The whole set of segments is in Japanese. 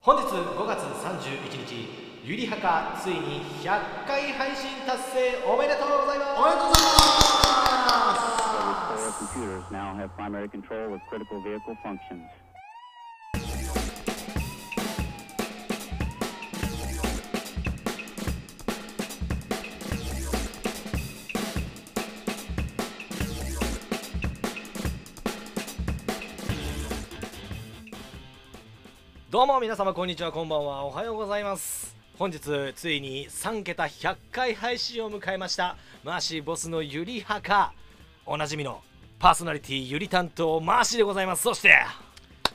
本日5月31日ゆりはかついに100回配信達成おめでとうございますおめでとうございます Those player computers now have primary control of critical vehicle functions. どうも皆様こんにちはこんばんはおはようございます本日ついに3桁100回配信を迎えましたマーシーボスのゆりはかおなじみのパーソナリティゆり担当マーシーでございますそして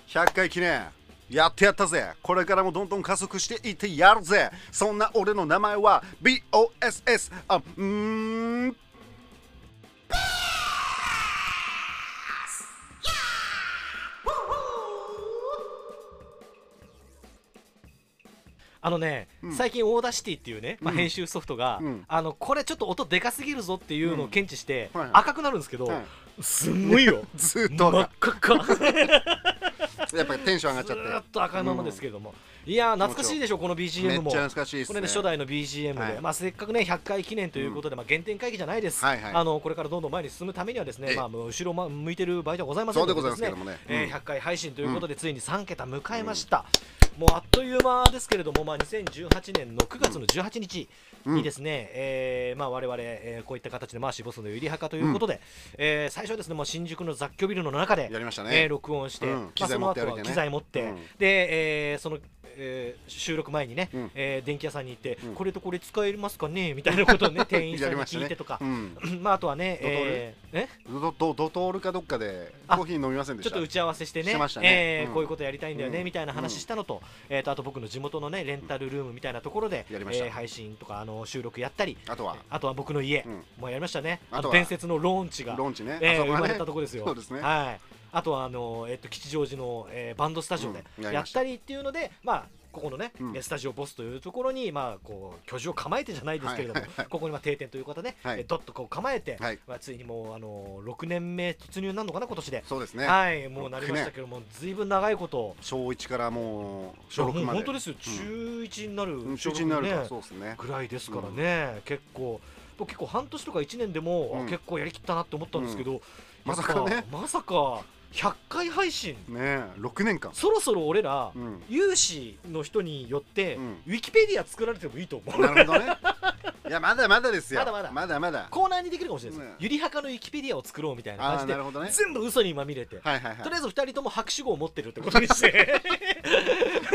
100回記念やってやったぜこれからもどんどん加速していってやるぜそんな俺の名前は BOSS あうーんあのね、最近オーダーシティっていうね、まあ、編集ソフトが、うんあのこれちょっと音でかすぎるぞっていうのを検知して、うんはいはい赤くなるんですけど、はいすんごい よずーっと真っ赤赤っかやっぱりテンション上がっちずゃってーっと赤いままですけれども、いやー懐かしいでしょこのめっ BGM ちもゃ懐かしいですこねれね初代の BGM で、はいまあ、せっかくね100回記念ということで、まあ、原点回帰じゃないです、はいはいあのこれからどんどん前に進むためにはですえね、えまあ、もう後ろま向いてる場合ではございませんそうでございますけどもねですえーうん100回配信ということで、ついに3桁迎えました、もうあっという間ですけれども、まあ、2018年の9月の18日にですね、えーまあ、我々、えーこういった形でマーシーボスのゆりはかということで、えー最初はですね、まあ、新宿の雑居ビルの中でやりましたねえー録音して、うんまあ機材その持って後歩いはてね機材持って、うんで、えーその、えー収録前にね、うんえー電気屋さんに行って、うんこれとこれ使えますかねみたいなことを ね店員さやんりにました聞いねてとか、うん まああとはね、ドトールえーえドドドトールかどっかであコーヒー飲みませんでちょしったと打ち合わせしてねしてましたねえーうんこういうことやりたいんだよね、うんみたいな話したのと,、えーとあと僕の地元のねレンタルルームみたいなところで、やりましたえー配信とかあの収録やったりあとはあとは僕の家、うんもうやりましたねああのとは伝説のローンチがローンチねえーあそこが生まねれたとこですよ。そうですねはい。あとはあのえっと吉祥寺の、えーバンドスタジオでうんやりやまっしたたりっていうので、まあここのね、うんえースタジオボスというところにまあこう居住を構えてじゃないですけれども、はいはいはいここにまあ定点ということで、はいえーどっとこう構えて、はいまあついにもうあの6年目突入なのかな今年で。そうですねはい、もうなりましたけども、ずいぶん長いこと。小一からもう小六いやまもうで本当ですよ、中1になる、うん中一になる小と六そうですねぐらいですからね、結構僕結構半年とか1年でも、あうん結構やりきったなって思ったんですけど、まさかねやっぱまさか100回配信ね6年間そろそろ俺ら、うん有志の人によって、うんウィキペディア作られてもいいと思うなるほ どねいやまだまだですよまだまだまだまだコーナーにできるかもしれないです、ねゆりはかのウィキペディアを作ろうみたいな感じであーなるほどね全部嘘にまみれて、はいはいはいとりあえず2人とも拍手号を持ってるってことにして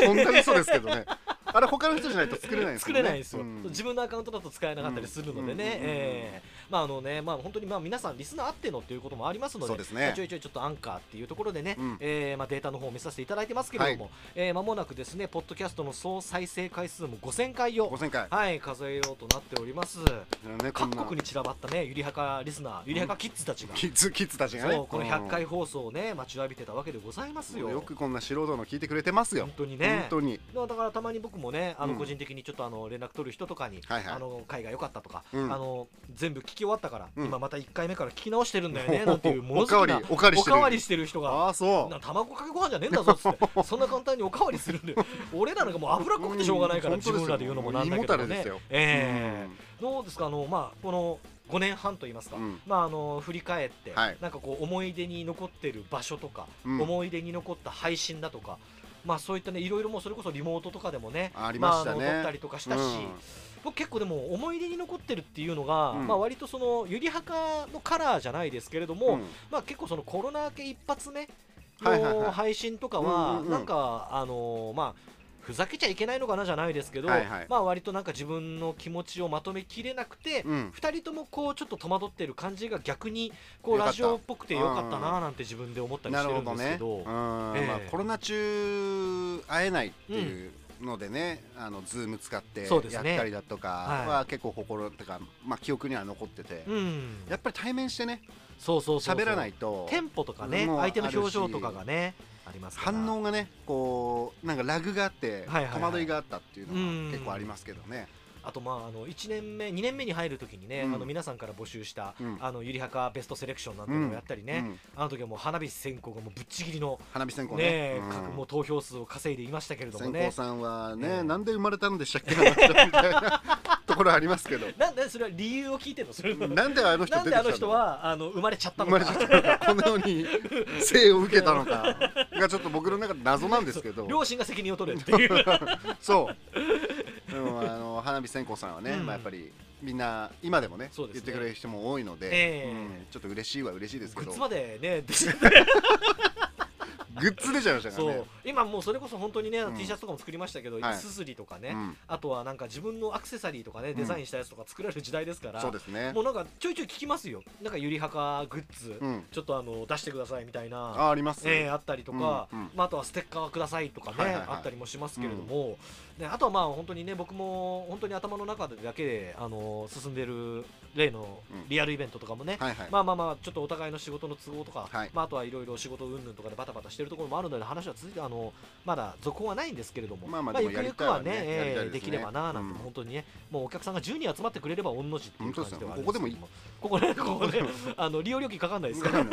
こんな嘘ですけどね。あれ他の人じゃないと作れないです作もんね。れないんですよ、うん自分のアカウントだと使えなかったりするのでね、うんうんうんうんえーまああのねまあ本当にまあ皆さんリスナーあってのっていうこともありますのでそうですねまあちょいちょいちょっとアンカーっていうところでね、うんえーまあデータの方を見させていただいてますけれども、えー間もなくですねポッドキャストの総再生回数も5000回を5000回。はい数えようとなっておりますねこん各な国に散らばったねゆりはかリスナーゆりはかキッズたちが、キッズキッズたちがね。そうこの100回うん放送をね待ちわびてたわけでございますよよくこんな素人の聞いてくれてますよ本。当にね本当に。まあだからたまに僕もねあのうん個人的にちょっとあの連絡取る人とかに、はいはいあの会が良かったとか、うんあの全部聞き終わったから、うん今また1回目から聞き直してるんだよねなんていう おものすごいなおかわりおかわりしてるおかわりしてる人がああそな卵かけご飯じゃねえんだぞっつって そんな簡単におかわりするんで俺らなんかもう脂っこくてしょうがないから、うん自分らで言うのもなんだけもどう胃もたれでねすよええどうですかあのまあこの5年半と言いますか、うんまああの振り返って、はいなんかこう思い出に残ってる場所とか、うん思い出に残った配信だとかまあそういったねいろいろもうそれこそリモートとかでもねありましたねああの撮ったりとかしたし、うん僕結構でも思い出に残ってるっていうのが、うんまあ割とそのゆりはかのカラーじゃないですけれどう。も、うんまあ結構そのコロナ明け一発目はいはいはのい配信とかはうんうんうんなんかあのーまあふざけちゃいけないのかなじゃないですけど、はいはいまあ割となんか自分の気持ちをまとめきれなくて、うん。 2人ともこうちょっと戸惑ってる感じが逆にこうよかラったジオっぽくてよかったなーなんて自分で思ったりなしるてるほんどですけね。うんど。まええあコロナ中会えないっていうのでね、あのズーム使ってそうですやっねたりだとかはは結構心とかまあ記憶には残っててう、ん、やっぱり対面してねそうそうそうそう喋らないとテンポとかねもう相手の表情とかがねありますから反応がねこうなんかラグがあってはいはいはい戸惑いがあったっていうのうがん結構ありますけどねあと、まあ、あの1年目、2年目に入るときにね、うんあの皆さんから募集した、うんあのゆりはかベストセレクションなんていうのをやったりね、うんうんあの時はもう花火選考がもうぶっちぎりの、花火選考ねねえうん各もう投票数を稼いでいましたけれども先ね行。さんはね、ええなんで生まれたんでしたっけ みたいなところありますけどなんでそれは理由を聞いてるのそれはなんであの人な出んでてきたあんだの人はあの生まれちゃった生のまかれちゃ ったのかこのように生を受けたのかがちょっと僕の中で謎なんですけ ど両親が責任を取れっていう。そう でもあの花火線香さんはね、うんまあ、やっぱりみんな今でもねそうです言ねってくれる人も多いので、ええうんちょっと嬉しいは嬉しいですグけどッズまで ね、出てグッズ出ちゃいましたかそらねう今もうそれこそ本当にね、ん T シャツとかも作りましたけど、はいすすりとかね、うんあとはなんか自分のアクセサリーとかね、デザインしたやつとか作られる時代ですから、そうですねもうなんかちょいちょい聞きますよ、なんかゆりはかグッズ、うんちょっとあの出してくださいみたいな、ああります、ええあったりとか、うんうんまあ、あとはステッカーくださいとかね、はいはいはいあったりもしますけれども、ね、あとはまあ本当にね、僕も本当に頭の中でだけであの進んでる例のうんリアルイベントとかもね、はいはい、まあまあまあちょっとお互いの仕事の都合とか、はいまあ、あとはいろいろ仕事云々とかでバタバタしてるところもあるので話は続いてあのまだ続報はないんですけれども、まあまあでゆもくゆくやはりねたいはねやりたいえーですねできればなあなんて、うん本当にねもうお客さんが10人集まってくれれば御の字っていう感じではあるんけどもここねここねあの利用料金かかんないですから、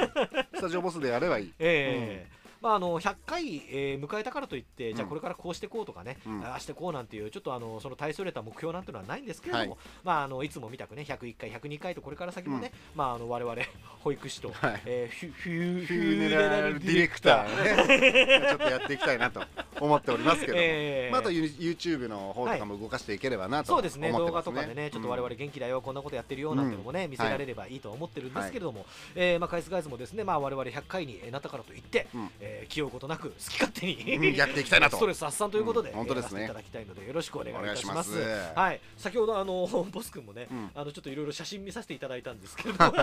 スタジオボスでやればいいえーまあ、あの100回、えー迎えたからといって、じゃあこれからこうしてこうとかね、うんああしてこうなんていう、ちょっとあのその大それた目標なんていうのはないんですけれども、はいいまあ、あのいつも見たくね、101回、102回とこれから先もね、まあ、あの我々 保育士と、はいえーフュフュフューネラルディレクターねちょっとやっていきたいなと思っておりますけども、ええまあ、あとユニ YouTube の方とかも動かしていければなとそ思うってでねますすね動画とかでね、ちょっと我うん々元気だよ、こんなことやってるよなんてのもね、見せられればいいとは思ってるんですけれども、えーまあ、カイスガイズもですね、まあ、我々100回になったからといって、うんえー気負うことなく、好き勝手うにんやっていきたいなとストレス発散ということで、うん本当ですねやらせていただきたいので、よろしくお願いいたします。お願いしますはい、先ほど、あ のボス君もね、うんあのちょっといろいろ写真見させていただいたんですけれども、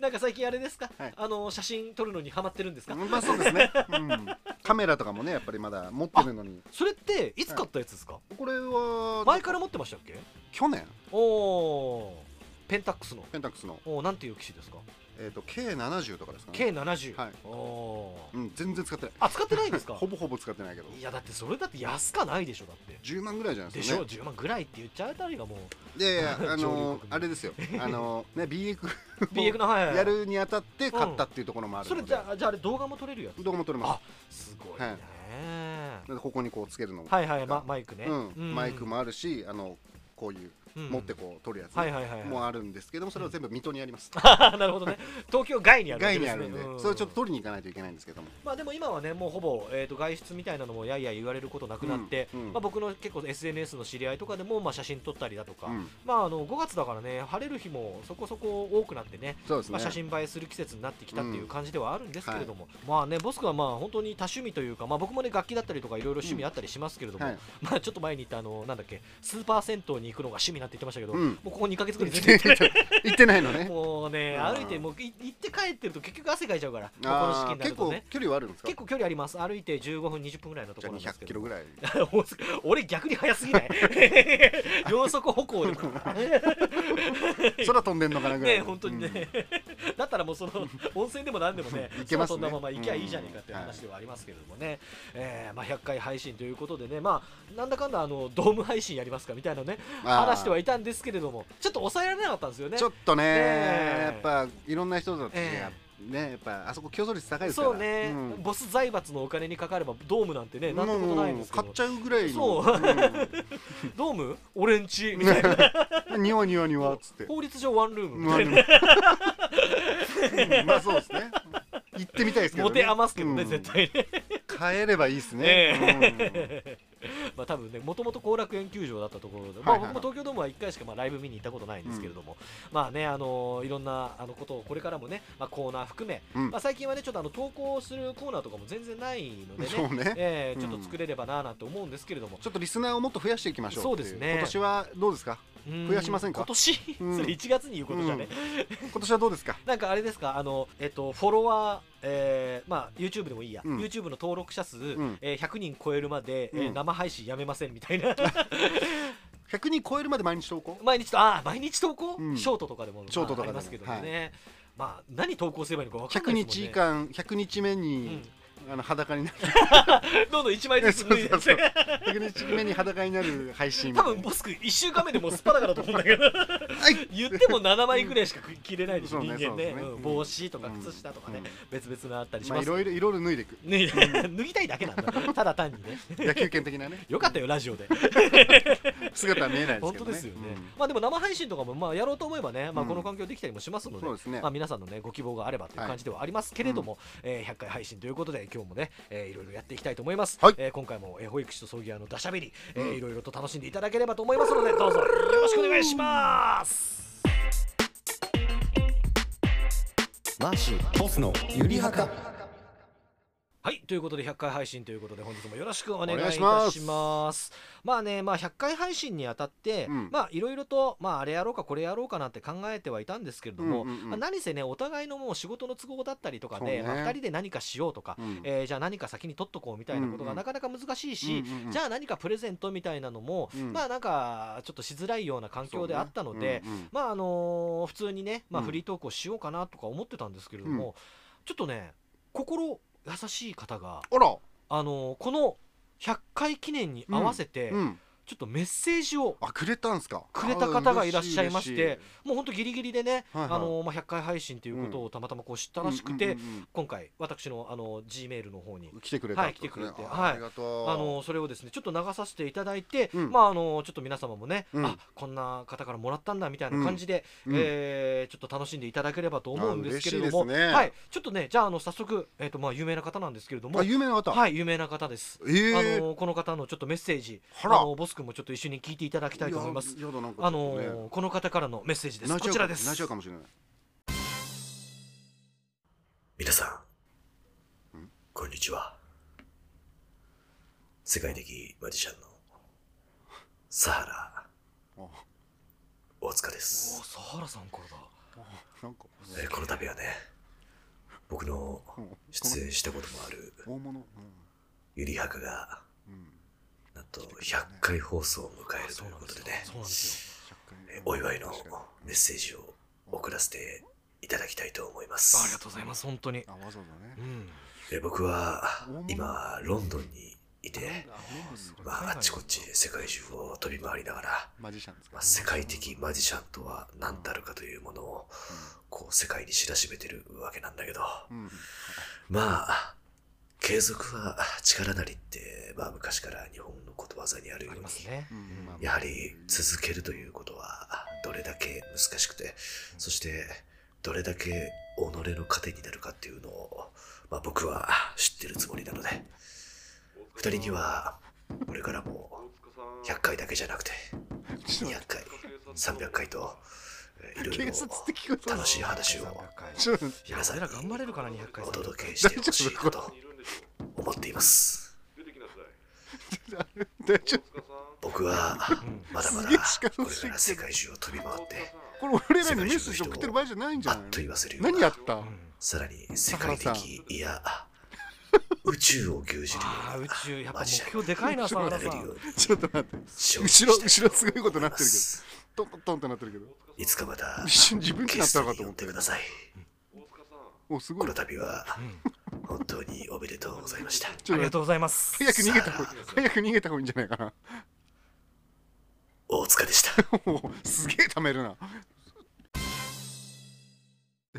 なんか最近、あれですか、はいあの写真撮るのにハマってるんですか、うんまあそうですね、うん、カメラとかもねやっぱりまだ持ってるのにそれって、いつ買ったやつですか、これは前から持ってましたっけ去年おおー、ペンタックスの、ペンタックスの、おーなんていう機種ですかえー、と K70 とかですかね、計70、はいおおーうん、全然使ってないあ使ってないんですかほぼほぼ使ってないけどいやだってそれだって安かないでしょだって10万ぐらいじゃないでですしかょ、ね10万ぐらいって言っちゃうあたり がも うでいやいやあ上流の国民あれですよあのね BX BF のはいやるにあたって買ったっていうところもあるそのれじで、ゃあじゃああれ動画も撮れるやどこも取れますつすごいね、なのでここにこうつけるのも、はい、はいまマイクね、うんうんマイクもあるしあのこういう、うん持ってこう取るやつ、はいはいはいはいもあるんですけどもそれは全部水戸にあります、 なるほどね東京外にあるわ外けにですあねるんで、うんそれちょっと取りに行かないといけないんですけどもまあでも今はねもうほぼ、えー、と外出みたいなのもやいやい言われることなくなって、うんうんまあ、僕の結構 SNS の知り合いとかでも、まあ、写真撮ったりだとか、うんまあ、あの5月だからね晴れる日もそこそこ多くなってねそうですね、まあ、写真映えする季節になってきたっていう感じではあるんですけれども、まあねボス君はまあ本当に多趣味というか、まあ、僕もね楽器だったりとかいろいろ趣味あったりしますけれども、はいまあ、ちょっと前に言ったあのなんだっけスーパー銭湯に行くのが趣味なんて言ってましたけど、うんもうここ2ヶ月ぐらい全然行ってない行ってないのねもう ねうん歩いてもうい行って帰ってると結局汗かいちゃうからもうこの時期にあーなる結と構ね距離はあるんですか結構距離あります歩いて15分20分ぐらいのところなんじでゃあす200けキどロぐらい 俺逆に速すぎ ない 両足歩行で空飛んでんのかなぐらい ね本当にね、 だったらもうその温泉でも何でもね 行けますねそんなまま行きゃいいじゃねえかっていう話ではありますけれどもね、えーまあ、100回配信ということでね、まあ、なんだかんだあのドーム配信やりますかみたいなねあー話してはいたんですけれどもちょっと抑えられなかったんですよねちょっとね、えやっぱいろんな人たちが、えね、やっぱあそこ競争率高いですからそうね、んボス財閥のお金にかかればドームなんてねなんてことないんですけもう買どっちゃうぐらいのそ ドーム俺んちみたいな うんにわにわにわっつって法律上ワンルームみたいなまあでもまあそうですね行ってみたいですけど持ねて余すけどね、うん絶対ね、変えればいいですね、まあ多分ね、もともと後楽園球場だったところで、はいはいまあ、僕も東京ドームは1回しかまあライブ見に行ったことないんですけれども、まあね、あのーいろんなあのことをこれからもね、まあ、コーナー含め、うんまあ、最近はね、ちょっとあの投稿するコーナーとかも全然ないのでね、そうねえーちうんょっと作れればなあなんて思うんですけれども、ちょっとリスナーをもっと増やしていきましょうっていそうですね今年はどうですかうん増やしませんか今年、うんそれ1月に言うことじゃね、今年はどうですかなんかあれですか、あの、えっと、フォロワー、えーまあ、YouTube でもいいや、うん YouTube の登録者数、んえー100人超えるまで、えーうん生配信やめませんみたいな、 100人超えるまで毎日投稿毎日と、ああ、毎日投稿、うんショートとかでも、ショートとかでまもあありますけどね、まあ、何投稿すればいいのか分かん100ないです日もんね。間100日目うにん、あの裸になるどんどん1枚ずつ脱いで そうそうそう1日目に裸になる配信み多たい分なボスク1週間目でもうすっぱだからと思うんだけどはい言っても7枚ぐらいしか着れないでしょ、そうね人間ねそうですねうん帽子とかうん靴下とかね、うん別々のあったりしまあまいす、ろいろいろいろ脱いでいくね 脱ぎたいだけなんだただ単にね野球拳的な ねよかったよラジオで姿は見えないです本け当どねですよね、うんまあでも生配信とかもまあやろうと思えばね、まあ、うんこの環境できたりもしますので,、そうですねまあ、皆さんのねご希望があればという感じではありますけれども、えー100回配信ということで今日もね、えーいろいろやっていきたいと思います、はいえー今回も、えー保育士と葬儀屋のダシャベリ、えーうんいろいろと楽しんでいただければと思いますのでどうぞよろしくお願いしますマーシーボスのゆりはかはいということで100回配信ということで本日もよろしくお願いいたしお願まいすしまあねまあ100回配信にあたって、うんまあいろいろとまああれやろうかこれやろうかなって考えてはいたんですけれども、うんうんうんまあ、何せねお互いのもう仕事の都合だったりとかそうで、ねまあ、2人で何かしようとか、うんえーじゃあ何か先に取っとこうみたいなことうんうがんなかなか難しいし、うんうんうんじゃあ何かプレゼントみたいなのも、うんまあなんかちょっとしづらいような環境であったので、そうねまああのー普通にね、まあ、うんフリートークをしようかなとか思ってたんですけれども、うちょっとね心優しい方が、うんうんああのーこの100回記念に合わせて、ら、うん、ちょっとメッセージをあくれたんすかくれた方がいらっしゃいましてあ嬉もうほんとギリギリでね、はいはいあのーまあ、100回配信ということをたまたまこう知ったら嬉ししいくて、うんうんうん今回私の、あのー G メールの方にうん来てくれたはいってことね来てくれてあはいありがとうあのそれをですねちょっと流させていただいて、うんまああのちょっと皆様もね、うんあこんな方からもらったんだみたいな感じで、うんえーちょっと楽しんでいただければと思うんですけれども、あ嬉しいですねはいちょっとねじゃああの早速えっ、とまあ有名な方なんですけれどもあ有名な方、はい有名な方です。ええあのこの方のちょっとメッセージあらのボス君もちょっと一緒に聞いていただきたいと思います。ややだなんかあちょっのとねこの方からのメッセージです。泣いこゃうちらです。泣いちゃうかもしれない 皆さん、こんにちは。世界的マジシャンのサハラお大塚でおす。サハラさんからだ。なんかえーこの度はね、僕のうん出演したこともある大物、うんゆりはかが、うん、なんと100回放送を迎えるということでね、そうなんですよ。 100回えーお祝いの確かメッセージを送らせていただきたいと思いあまりがすと。うございます本当にに。あわざわざねうん。えー僕は今、ロンドンにいて、まあ、あっちこっち世界中を飛び回りながら、マジシャンですかまあ、世界的マジシャンとは何たるかというものをこう世界に知らしめてるわけなんだけどうん、うんまあ継続は力なりって、まあ、昔から日本のことわざにあるよあうりにますね。うんまあやはり続けるということはどれだけ難しくてそしてどれだけ己の糧になるかっていうのを、まあ、僕は知ってるつもりなので2人にはこれからも100回だけじゃなくて200回300回とえーいろいろ警察って聞こえた楽しい話をちょっといや皆さん俺にら頑張れるかな200回お届けしてほしいなと思っています大丈僕はまだまだすげえ力これ強いから世界中を飛び回って夫これ俺らにメッセージ送ってる場合じゃないんじあゃっとない言わせるよう何やなった、さらに世界サハラさ的いや宇宙を牛耳るよああう宇な宙やっぱマ目ジシャン標でかいなにさ原なされるよんうにちょっと待って精進後したいろ後ろすごいことになってるけどますトントンってなってるけどいつかまた一瞬自分ちゲなっスたトのかにと呼思っんてでくださいおすごこいの度は本当におめでとうございましたちょあっりとがとうございます早く逃げた方が早く逃げた方がいいんじゃないかな大塚でしたもうすげえ貯めるな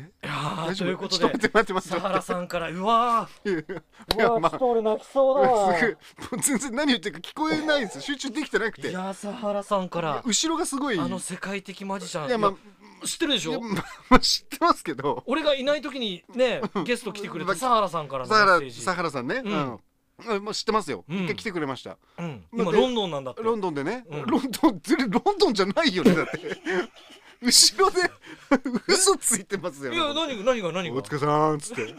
いやーと大丈いう夫ことちょっと待でって待って待っサて待ハっラさんからうわていやーいうやいやわーまちょっあと俺泣きそうだわすぐもう全然何言ってるか聞こえないです集中できてなくていやーサハラさんから後ろがすごいあの世界的マジシャンいやまあいや知ってるでしいやょままあ知ってますけど俺がいない時に ねゲスト来てくれまたあサハラさんからのサメッハセーラジサハラさんねううんんあもう知ってますようん一回来てくれましたうん今まあでロンドンなんだってロンドンでねうんロンドン全然ロンドンじゃない よねだって後ろで 嘘ついてますよいやね何が何が何がお疲れさーんっつって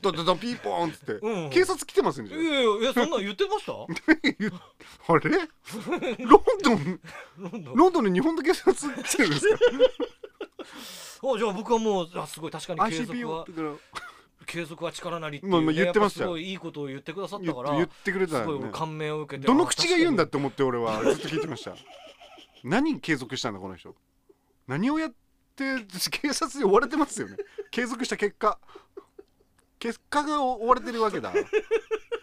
ドドドンピーポーンっつってうん警察来てますんいじゃやんいやいやそんなん言って ましたあれロンドンロンドンロンドンに日本の警察来てるんですかあじゃあ僕はもうあすごい確かに継続 ICPO はだから継続は力なりっていまあうまあね言ってましたやっぱすよごいいいことを言ってくださっ言たっから言ってくれたすごいよ俺ね感銘を受けてどの口が言うんだあって思って俺はずっと聞いてました何継続したんだこの人何をやって警察に追われてますよね継続した結果結果が追われてるわけだ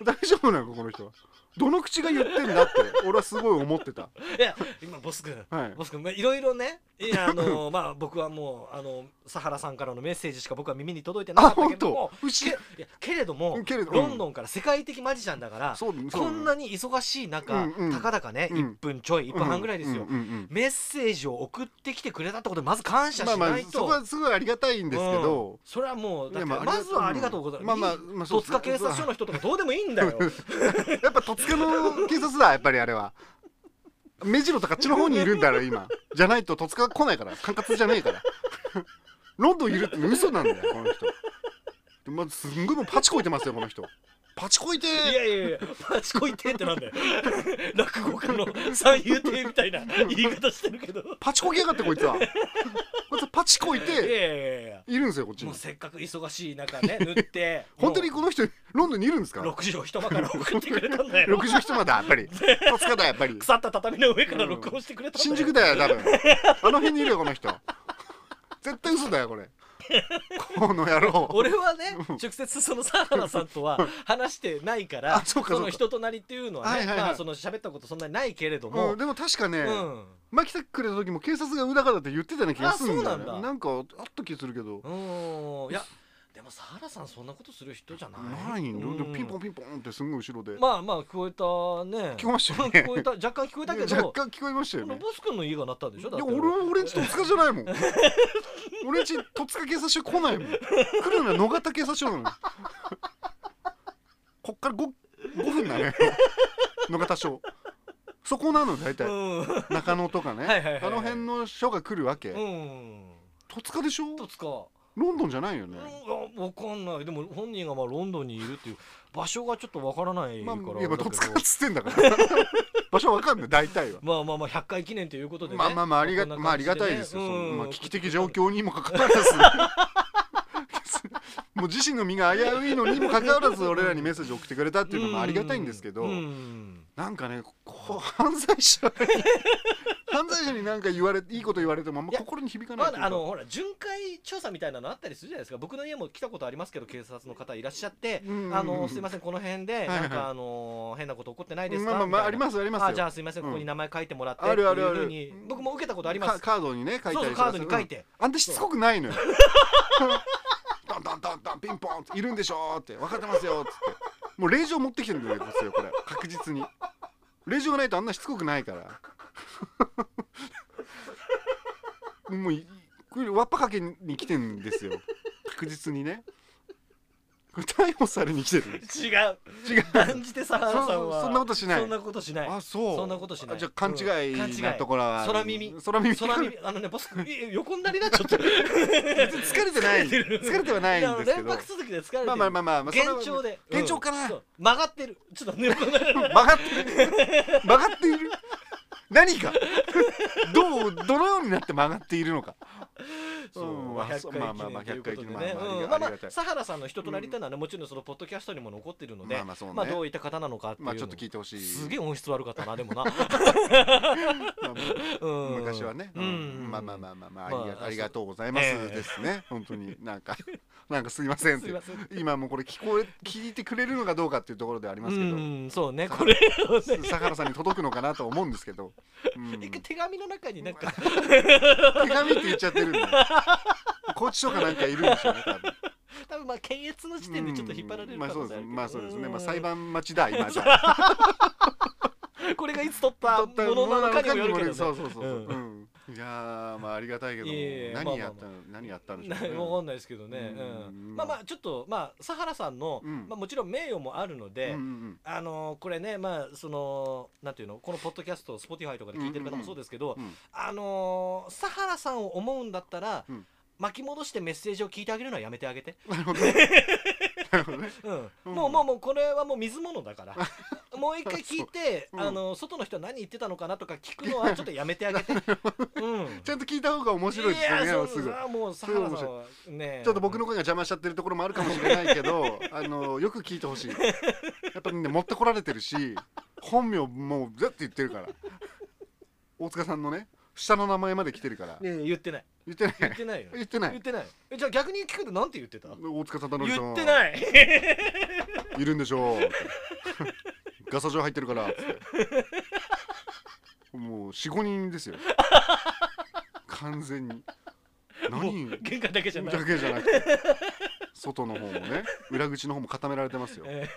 大丈夫なのこの人はどの口が言ってんだって俺はすごい思ってた いや今ボス君、はいボス君まあいろいろねいやあ のまあ僕はもうあのサハラさんからのメッセージしか僕は耳に届いてなかったけどもあ本当牛けいやけれどもけれどうんロンドンから世界的マジシャンだからそうそうこんなに忙しい中、うんうんたかだかね、う1ん分ちょい1分半ぐらいですよ、うんうんうんメッセージを送ってきてくれたってことでまず感謝しまあまあないそと、こはすごいありがたいんですけうんど、それはもうだっていやまあまずはありがとうございます、まあまあいいまあそう戸塚警察署の人とかどうでもいいんだよやっぱ戸塚の警察だやっぱりあれは目白とかあっちの方にいるんだろ今じゃないと戸塚が来ないから管轄じゃねえからロンドンいるって嘘なんだよこの人でまあすんごいもうパチこいてますよこの人パチこいていやいやいやパチコイ亭ってなん だよ落語家の三遊亭みたいな言い方してるけどパチこきやがってこいつはこいつはパチこいいやいやていやいるんですよこっちもにうせっかく忙しい中ね塗って本当にこの人ロンドンにいるんですか六畳一間から送ってくれたんだよ60人まだやっぱり戸塚だやっぱり腐った畳の上から録音してくれたんだよ新宿だよ多分あの辺にいるよこの人絶対嘘だよこれこの野郎俺はね直接そのサハラさんとは話してないからあそうかそうかの人となりっていうのははねいはいはいまあその喋ったことそんなにないけれどうもん、でも確かね、うんマキタくれた時も警察が裏からだって言ってたような気がするんだよ、ね、あそうなんだなんかあった気するけど、うんいやでもサハラさんそんなことする人じゃないないの、うんでもピンポンピンポンってすんごい後ろで、まあまあ聞こえたね聞こえましたよね 聞こえた若干聞こえたけど若干聞こえましたよこのねボス君の家がなったんでしょだいっやて俺は俺んち戸塚じゃないも ん俺んち戸塚警察署来ないもん来るのは野方警察署なのよこっから 5, 5分だね野方署そこなのよ大体うん中野とかねはいはいはいはいあの辺の署が来るわけ、うん戸塚でしょ一つかロンドンじゃないようねん、あわかんないでも本人がまあロンドンにいるっていう場所がちょっとわからないかまらあやっぱだけ戸ど塚っつってんだから 場所わかんない大体はまあまあまあ100回記念ということでねまあまあまあありが,、こんな感じまあ、ありがたいですよ、ねそのうんまあ、危機的状況にもかかわらず もう自身の身が危ういのにもかかわらず俺らにメッセージを送ってくれたっていうのもありがたいんですけど、うんなんかねこう犯罪者に 犯罪者になんか言われいいこと言われてもあんま心に響かないまとだいうかあのほら巡回調査みたいなのあったりするじゃないですか僕の家も来たことありますけど警察の方いらっしゃってうんうんう「んあのすいませんこの辺でいはいなんかあの変なこと起こってないですまか?」あまあまあありすますありますよあじゃあすいませんここに名前書いてもらってっていあるあうるあるふうに僕も受けたことありまかすカードにね書いたそうそうりしますカードに書いうんてあんたしつこくないの よダンダンダンダンピンポンっているんでしょーって分かってますよーっつってもう令状持ってきてるんですよこれ確実に令状がないとあんなしつこくないから もういこれわっぱかけに来てんですよ確実にねこれ逮捕されに来てる違う違う断じてサハラさんはそそんなことしないそんなことしないあそうそんなことしないあじゃあ勘うん勘違違いいなところは空耳空耳空耳あのねボスえ横になりなちょっと疲 疲れ てないてる疲れてはないんですけいや連ど泊続きで疲れてるまあまあまあまあまあそれは幻聴で幻聴かなそう曲がってるちょっとね横になり曲がってる曲がっている 何がどうどのようになって曲がっているのかそう、ままああ、100まあ回まあ記まあ念ということで100ね回記念まあまあうありんまあまがありがたあいサハラさんの人となりというのはねもちろんそのポッドキャストにも残ってるのでまあまあそうねまあどういった方なのかっていうまあちょのっと聞いてほしいすげえ音質悪かったなでも なまあまあうん昔はね、ううんんまあまあまあまあまあ、まあありそうがありがとうございますええですね、本当にな んかなんかすいませんっすいてません今もうこれ聞こえ聞いてくれるのかどうかっていうところではありまうすけど、んそうねこれをね坂原さんに届くのかなと思うんですけど、うん一回手紙の中になんか手紙って言っちゃってるんだよコーチとかなんかいるんでしょうね多分多分まあ検閲の時点でちょっと引っ張られるま可あそう能性あるですけどまあそうですねまあん裁判待ちだ 今じゃあこれがいつ取ったも取ったのなのかにもよるけどねそうそうそうううん、いやーまあありがたいけどもいえいえ何やっまたあの、何やったんでしなょうね わかんないですけどね、うんうんまあまあちょっとまあサハラさんの、うんまあ、もちろん名誉もあるので、うんうんうんあのーこれねまあそのなんていうのこのポッドキャスト Spotify とかで聞いてる方もそうですけど、うんうんうんうんあのーサハラさんを思うんだったら、うん巻き戻してメッセージを聞いてあげるのはやめてあげて、なるほ どなるほどねうんうんもうもうもうこれはもう水物だから もう一回聞いて、うんあのー外の人は何言ってたのかなとか聞くのはちょっとやめてあげ て、うん、ちゃんと聞いた方が面白いですよねやそうすぐあもうサハラさんはねちょっと僕の声が邪魔しちゃってるところもあるかもしれないけ どあのよく聞いてほしいやっぱりね持ってこられてるし本名もうずっと言ってるから大塚さんのね下の名前まで来てるからね言ってない 言ってない言ってないよ言ってない言ってないえじゃあ逆に聞くとなんて言ってた大塚忠則さん言ってない いるんでしょうガサ状入ってるからつってもう45人ですよ完全に何だ喧嘩だけじゃないけじゃなくて外の方もね裏口の方も固められてますよえ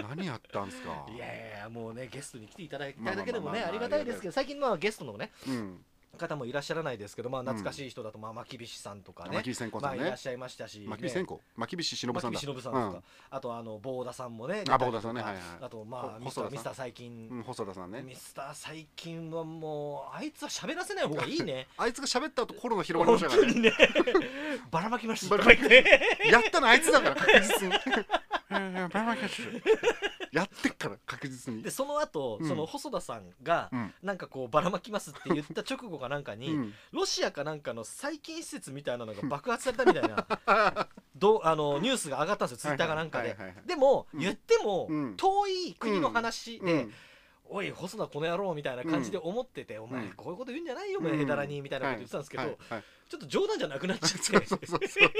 何やったんすかいやいやいやもうねゲストに来ていただいまたあまあまだあけでもねまあありがたいですけど最近まあゲストのねうん方もいらっしゃらないですけどまあ懐かしい人だとまあまきびしさんとかねまきびせんこさんねまあいらっしゃいましたしねまきびせんこまきびししのぶまさきんびだしのぶさんうとんかあとあの棒田さんもねあ棒田さんね出たりとかはいはいあとまあほミスタ細田ーさんミスター最近うん細田さんねミスター最近はもうあいつは喋らせない方がいいねあいつが喋った後コロナ広がりま本したか当らねにねばらまきましたばとらかまき言ってやったのあいつだから確実にうんやばいわけっすやってっから確実にでその後、うんその細田さんが、うんなんかこうばらまきますって言った直後かなんかに、うんロシアかなんかの細菌施設みたいなのが爆発されたみたいなどうあのニュースが上がったんですよツイッターかなんかはでいはいはいはい。でも、うん言っても、うん遠い国の話で、うんおい細田この野郎みたいな感じで思ってて、お前うんこういうこと言うんじゃないよ、うおん前ヘタラにみたいなこと言ってたんですけど、はいはいちょっと冗談じゃなくなっちゃってそうそうそうそう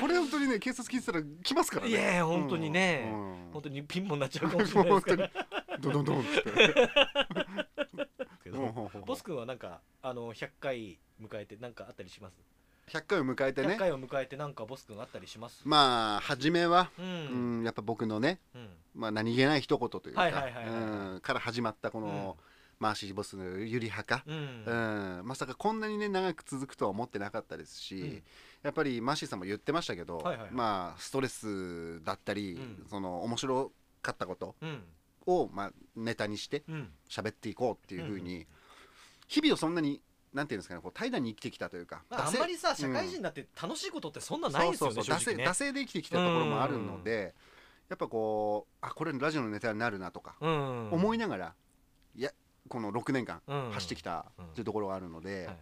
これ本当にね警察聞いてたら来ますからねいやいや本当にねうんうん本当にピンポンになっちゃうかもしれないですけど本当にドドンドンってけどボス君はなんかあの100回迎えてなんかあったりします100回を迎えて100ね回を迎えてなんかボス君あったりしますまあ初めは、ううんん、やっぱ僕のね、うんまあ、何気ない一言というかはいはいはいはいうんから始まったこの、マーシーボスのゆりはか、ううんんまさかこんなにね長く続くとは思ってなかったですし、うんやっぱりマーシーさんも言ってましたけど、はいはいはいまあストレスだったり、うんその面白かったことうんを、まあ、ネタにしてうん喋っていこうっていうふうに、日々をそんなになんていうんですかねこう怠惰に生きてきたというか、まああん惰性まりさ社会う人んだって楽しいことってそんなないですよそねうそう正そう直ね惰性惰性で生きてきたところもあるので、やっぱこうあこれラジオのネタになるなとか、うん思いながらいやこの6年間うん走ってきたうんっていうところがあるので、はいはい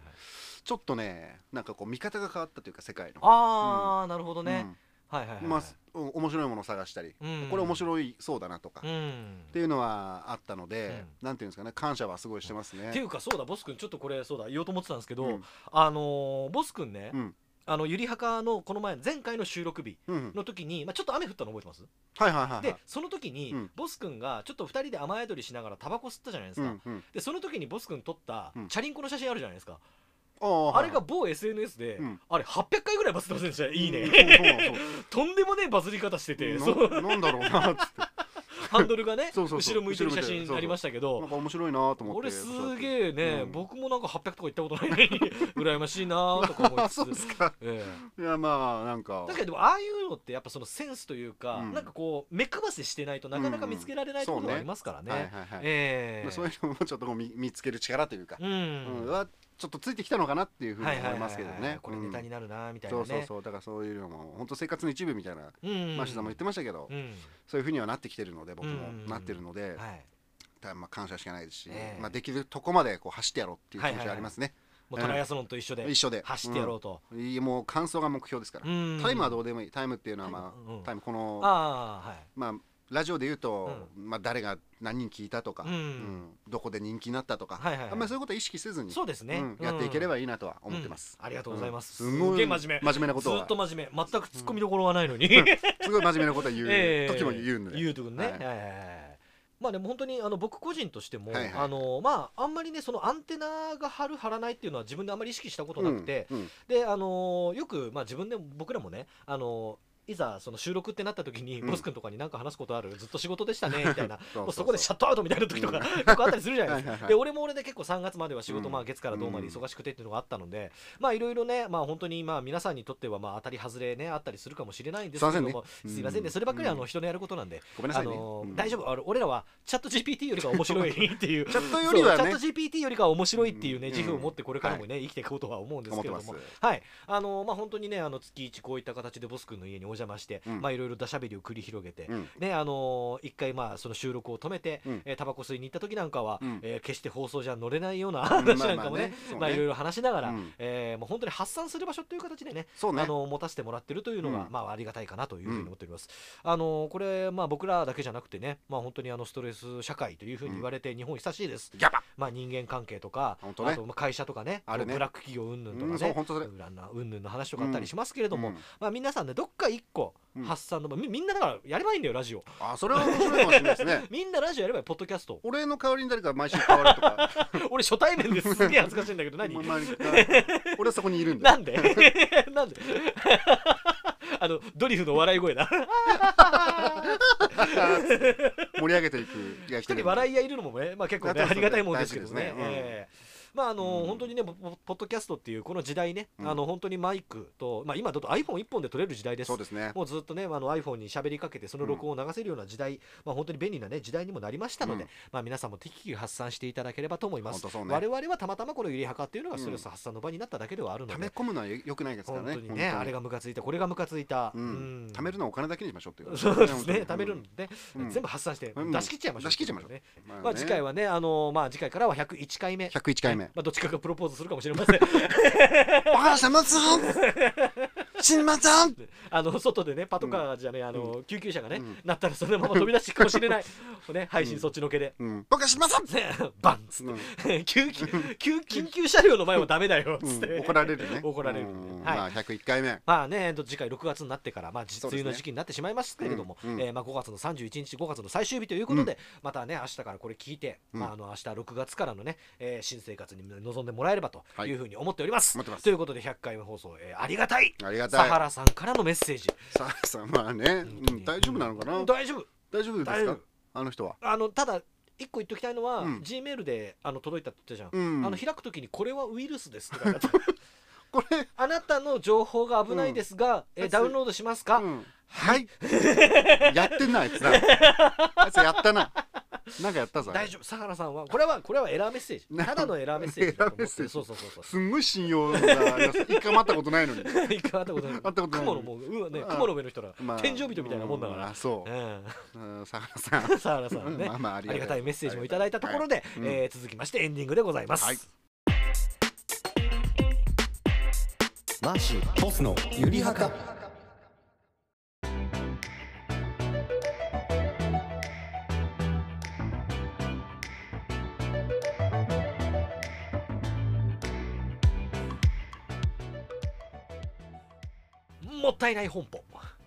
ちょっとねなんかこう見方が変わったというか世界の。ああなるほどねはいはいはいうんはいまあすうん面白いものを探したり、うんこれ面白いそうだなとか、うっんていうのはあったので、うなんていうんですかね感謝はすごいしてますね。っていうかそうだボス君ちょっとこれそうだ言おうと思ってたんですけど、うんあのーボス君ね、うんあのゆりはかのこの前前回の収録日うんうんの時に、まあ、ちょっと雨降ったの覚えてます、はいはいはいはい。でその時に、うんボス君がちょっと2人で雨宿りしながらタバコ吸ったじゃないですうか、んうん、でその時にボス君撮ったうんチャリンコの写真あるじゃないですか、ああれが某 SNS で、うんあれ800回ぐらいバズってませんでしたいいね、ね。とんでもねえバズり方してて、うん そそううそうななんだろうなっつって。ハンドルがねそうそうそ後うろ向いてる写後ろ向いてるそうそ真うありましたけどなんか面白いなと思って。俺すげえね、うん僕もなんか800とか行ったことないの に羨ましいなーとか思いあつそうでつすか。えいやまあなんかえ、だけどでもああいうのってやっぱそのセンスというか、うんなんかこう目配せしてないとなかなか見つけられないところがありますからね。はいはいはい。ええそういうのもちょっとこう見見つける力というか、ううん、んはちょっとついてきたのかなっていうふうにはいはい思はいいますけどはいね。これネタになるなーみたいなね。うんそうそうそうだからそういうのも本当生活の一部みたいな。うん、マシさんも言ってましたけど、うん、そういうふうにはなってきてるので僕もうんなってるので、はい、ただまあ感謝しかないですし、ええまあできるとこまでこう走ってやろうっていう気は持ちいははいはいありますね。もうトライアスロンと一緒で一緒で走ってやろうと。いいもう感想が目標ですから、うんタイムはどうでもいいタイムっていうのはタイまムうんあタイムこのああはい。まあラジオで言うと、まあ、誰が何人聞いたとか、うんうんどこで人気になったとか、はいはいはいあんまりそういうことは意識せずにそうですねんやっていければいいなとは思ってます、うんありがとうございますうんすごいすっげえ真面目真面目なことずはっと真面目全く突っ込みどころはないのに。すごい真面目なことは言う、 ええ時も言うんで、言うとくんね、はいはいはいはいまあでも本当にあの僕個人としても、はいはいあのまああんまりねそのアンテナが張る張らないっていうのは自分であんまり意識したことなくて、うんうんであのよくまあ自分でも僕らもねあのいざその収録ってなった時に、うんボス君とかに何か話すことあるずっと仕事でしたねみたいな そうそうそうもうそこでシャットアウトみたいな時とか、結構あったりするじゃないですかはいはいはいで俺も俺で結構3月までは仕事、うんまあ月からどうまで忙しくてっていうのがあったので、まあいろいろねまあ本当にまあ皆さんにとってはまあ当たり外れねあったりするかもしれないんですけどもすいませんねすいませんうねんそればっかりあの人のやることなんでごめんなさいねあのーうん大丈夫あの俺らはチャット GPT よりかは面白いっていうチャットよりはねそうチャット GPT よりかは面白いっていうねうん自負を持ってこれからもね、生きていこうとは思うんですけれど思もってまはいあのーまあ本当にねあの月一こういった形でボス君の家にお邪魔して、うんまあいろいろダしゃべりを繰り広げて、うんねあのー一回まあその収録を止めて、うんえータバコ吸いに行った時なんかは、うんえー決して放送じゃ乗れないようなうんまあ話なんかもね,、まあねそうねまあいろいろ話しながら、うんえーもう本当に発散する場所という形でねそうねあのー持たせてもらってるというのが、うんまあありがたいかなというふううにん思っております。あのーこれまあ僕らだけじゃなくてね、まあ本当にあのストレス社会というふうに言われて日本久しいです。ギャバまあ人間関係とか、本当ねあとまあ会社とかね、あるねブラック企業云々とうかんそうね、本当それ裏な云々の話とかあったりしますけれども、うんまあ皆さんねどっか一個うん発散の、みみんなだからやればいいんだよラジオ。あそれは面白いかもしれないで すねみんなラジオやればいいポッドキャスト。俺の代わりに誰か毎週変わるとか俺初対面 ですすげえ恥ずかしいんだけど何お？前周りが俺はそこにいるんだなよんで なんで あのドリフの笑い声だ盛り上げていくや一人笑いがいるのもね、まあ、結構ねありがたいもんですけど大ね事ですねうんええまああのうん本当にねポポポッドキャストっていうこの時代ね、うんあの本当にマイクと、まあ、今だと iPhone1 本で撮れる時代ですそうですねもうずっとね、あの iPhone に喋りかけて、その録音を流せるような時代、まあ、本当に便利な、ね、時代にもなりましたので、うんまあ、皆さんも適宜発散していただければと思います。本当そうね我々はたまたまこのゆりはかっていうのがストレス発散の場になっただけではあるの溜めで、込むのはよくないですから本ね当にね、あれがムカついた、これがムカついた、うんうん貯めるのはお金だけにしましょうっていうことそうですね、本貯当にめるので、うん全部発散して、うん出し切っちゃいましょう。出し切っちゃいましょうね。まあねまあ、次回はね、あのまあ、次回からは101回目。 101回目まあ、どっちかがプロポーズするかもしれま せん。お母様さ んしんまさんあの外でね、パトカーじゃね、あの救急車がね、うんなったらそのまま飛び出していくかもし れない。ね、配信そっちのけで。うん僕はしんまさんね、バンっつって、う ん救急救緊急車両の前はダメだよっつって、うん怒られるね怒られるんでうんはいまあ101回目まあね、えっと次回6月になってから、まあ、じそう梅ですね雨の時期になってしまいますけれども、うんうんえーまあ、5月の31日、5月の最終日ということで、またね、明日からこれ聞いて、うんまあ、あの明日6月からのね、えー新生活に臨んでもらえればとはいいうふうに思っております。思ってますということで、100回目放送、えーありがたいありがたサいハラさんからのメッセージ。さあさあまあねうん大丈夫なのかうなん大丈夫大丈夫で大す丈か夫あの人はあのただ一個言っときたいのは、うん G メールであの届いたって言ったじゃん、うんあの開くときにこれはウイルスですって書いてあったこれあなたの情報が危ないですが、うんえダウンロードしますか、うんはい やってんなあいつなあいつやったななんかやったぞ大丈夫佐原さんはこれはこれはエラーメッセージただのエラーメッセージだと思っエラーメてッセーるジそうそうそうそすんごい信用があります一回も会ったこ とないのにう一回会ったことない会ったことない雲のもう、うわね、雲の上の人ら、天井人みたいなもんだかうらあ、そうんううん佐原さん 佐原さんね、まあまあありあがたいりがたいメッセージもいただいたところで、いうんえー続きましてエンディングでございます、はいマーシーボスのゆりはかもったいない本舗、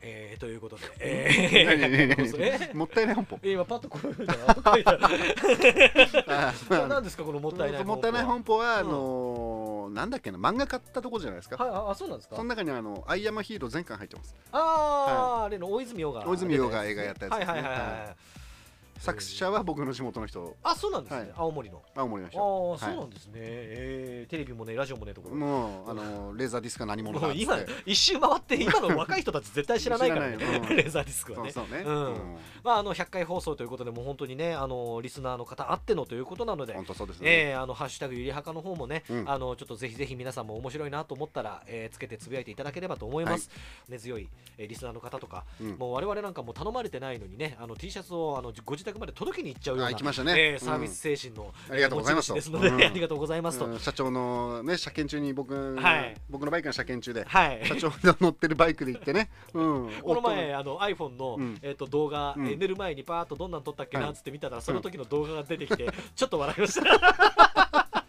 えーということで、え 何何何ーえ何もったいない本舗 今パッとこういうのが書いてある あな何ですかこのもったいないもったいない本舗は、あうんのー、なんだっけな漫画買ったとこじゃないですか、はいああそうなんですかその中にあの「アイアムヒーロー」全巻入ってますあああれの大泉洋が大泉洋が映画やったやつはでいすねはいはいははい作者は僕の地元の人あそうなんですはねい青森の青森のああ人そうはいなんですねえーテレビもねラジオもねところもうあのーレーザーディスクは何も者だうっつって今一周回って今の若い人たち絶対知らないからね知らないうんレーザーディスクはそねうそうね、ううんんまああの100回放送ということでもう本当にねあのリスナーの方あってのということなので本当そうですね、ええあのハッシュタグゆりはかの方もね、うんあのちょっとぜひぜひ皆さんも面白いなと思ったら、えーつけてつぶやいていただければと思います。根強い、えーリスナーの方とか、うんもう我々なんかもう頼まれてないのにね、あの T シャツをあのご自宅まで届けに行っちゃうようなあ行きましたねえーサービス精神の、ありがとうございます持ち主ですので、うんありがとうございますと。うん社長のね車検中に僕,、はい僕のバイクの車検中で、はい。社長が乗ってるバイクで行ってね、うん、 この夫前のあの iPhone の、うんえー、と動画、うえんー寝る前にパーッとどんなん撮ったっけなはいっつって見たら、その時の動画が出てき て、ちょっと笑いました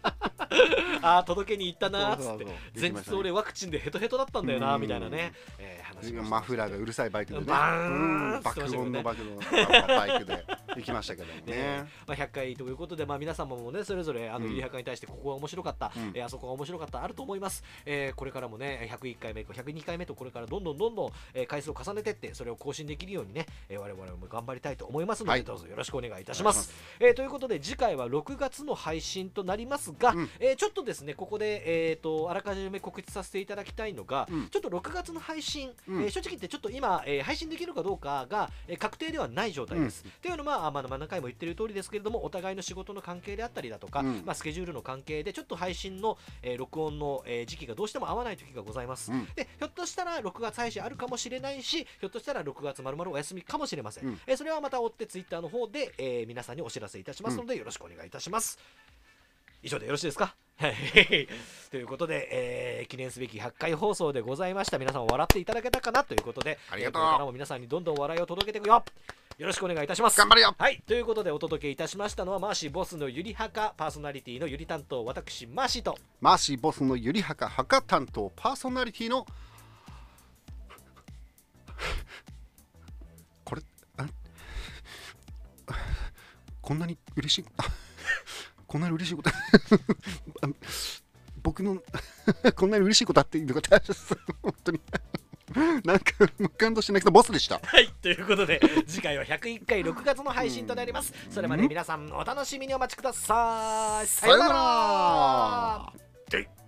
あー届けに行ったなーっつそうっそてうそう前日俺ワクチンでヘトヘトだったんだよなーうんみたいなね、えー話もマフラーがうるさいバイクでねバーンうんって言ってましたけ爆ど音ねの爆音 のバイクで行きましたけどもねねまあ、100回ということで、まあ、皆様もねそれぞれあのうんゆりはかに対してここは面白かった、うんえーあそこは面白かったあると思います、えーこれからもね101回目以降102回目とこれからどんどんどんどん、えー回数を重ねてってそれを更新できるようにね、えー我々も頑張りたいと思いますので、はいどうぞよろしくお願いいたしますお願えいしーということで次回は6月の配信となりますが、うんえーちょっとですねここで、えー、とあらかじめ告知させていただきたいのが、うんちょっと6月の配信、うんえー正直言ってちょっと今、えー配信できるかどうかが、えー確定ではない状態です、というのは、まあは、あまあ、まあ何回も言ってる通りですけれども、お互いの仕事の関係であったりだとか、うんまあ、スケジュールの関係で、ちょっと配信の、えー録音の、えー時期がどうしても合わない時がございます。うんで、ひょっとしたら6月配信あるかもしれないし、ひょっとしたら6月まるまるお休みかもしれません。うんえーそれはまた追ってツイッターの方で、えー皆さんにお知らせいたしますので、よろしくお願いいたします。以上でよろしいですかはい ということで、えー記念すべき100回放送でございました。皆さん笑っていただけたかなということで、ありがとうえーこれからも皆さんにどんどん笑いを届けていくよよろしくお願いいたします。頑張れよはい、ということでお届けいたしましたのは、マーシーボスのゆりはか、パーソナリティのゆり担当、私、マーシーと、マーシーボスのゆりはかはか担当パーソナリティのこれあこんなに嬉しいあこんなに嬉しいことあ僕のこんなに嬉しいことあっていいのか大丈夫です本当になんか感動しないけどボスでしたはい、ということで、 次回は101回6月の配信となります。それまで皆さん、お楽しみにお待ちください。ささようなららで